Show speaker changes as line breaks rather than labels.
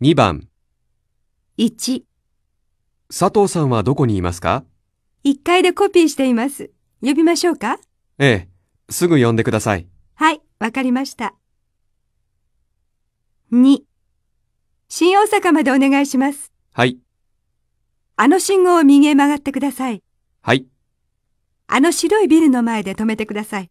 2番、
1、
佐藤さんはどこにいますか
1階でコピーしています。呼びましょうか
ええ、すぐ呼んでください。
はい、わかりました。2、新大阪までお願いします。
はい、
あの信号を右へ曲がってください。
はい。
あの白いビルの前で止めてください。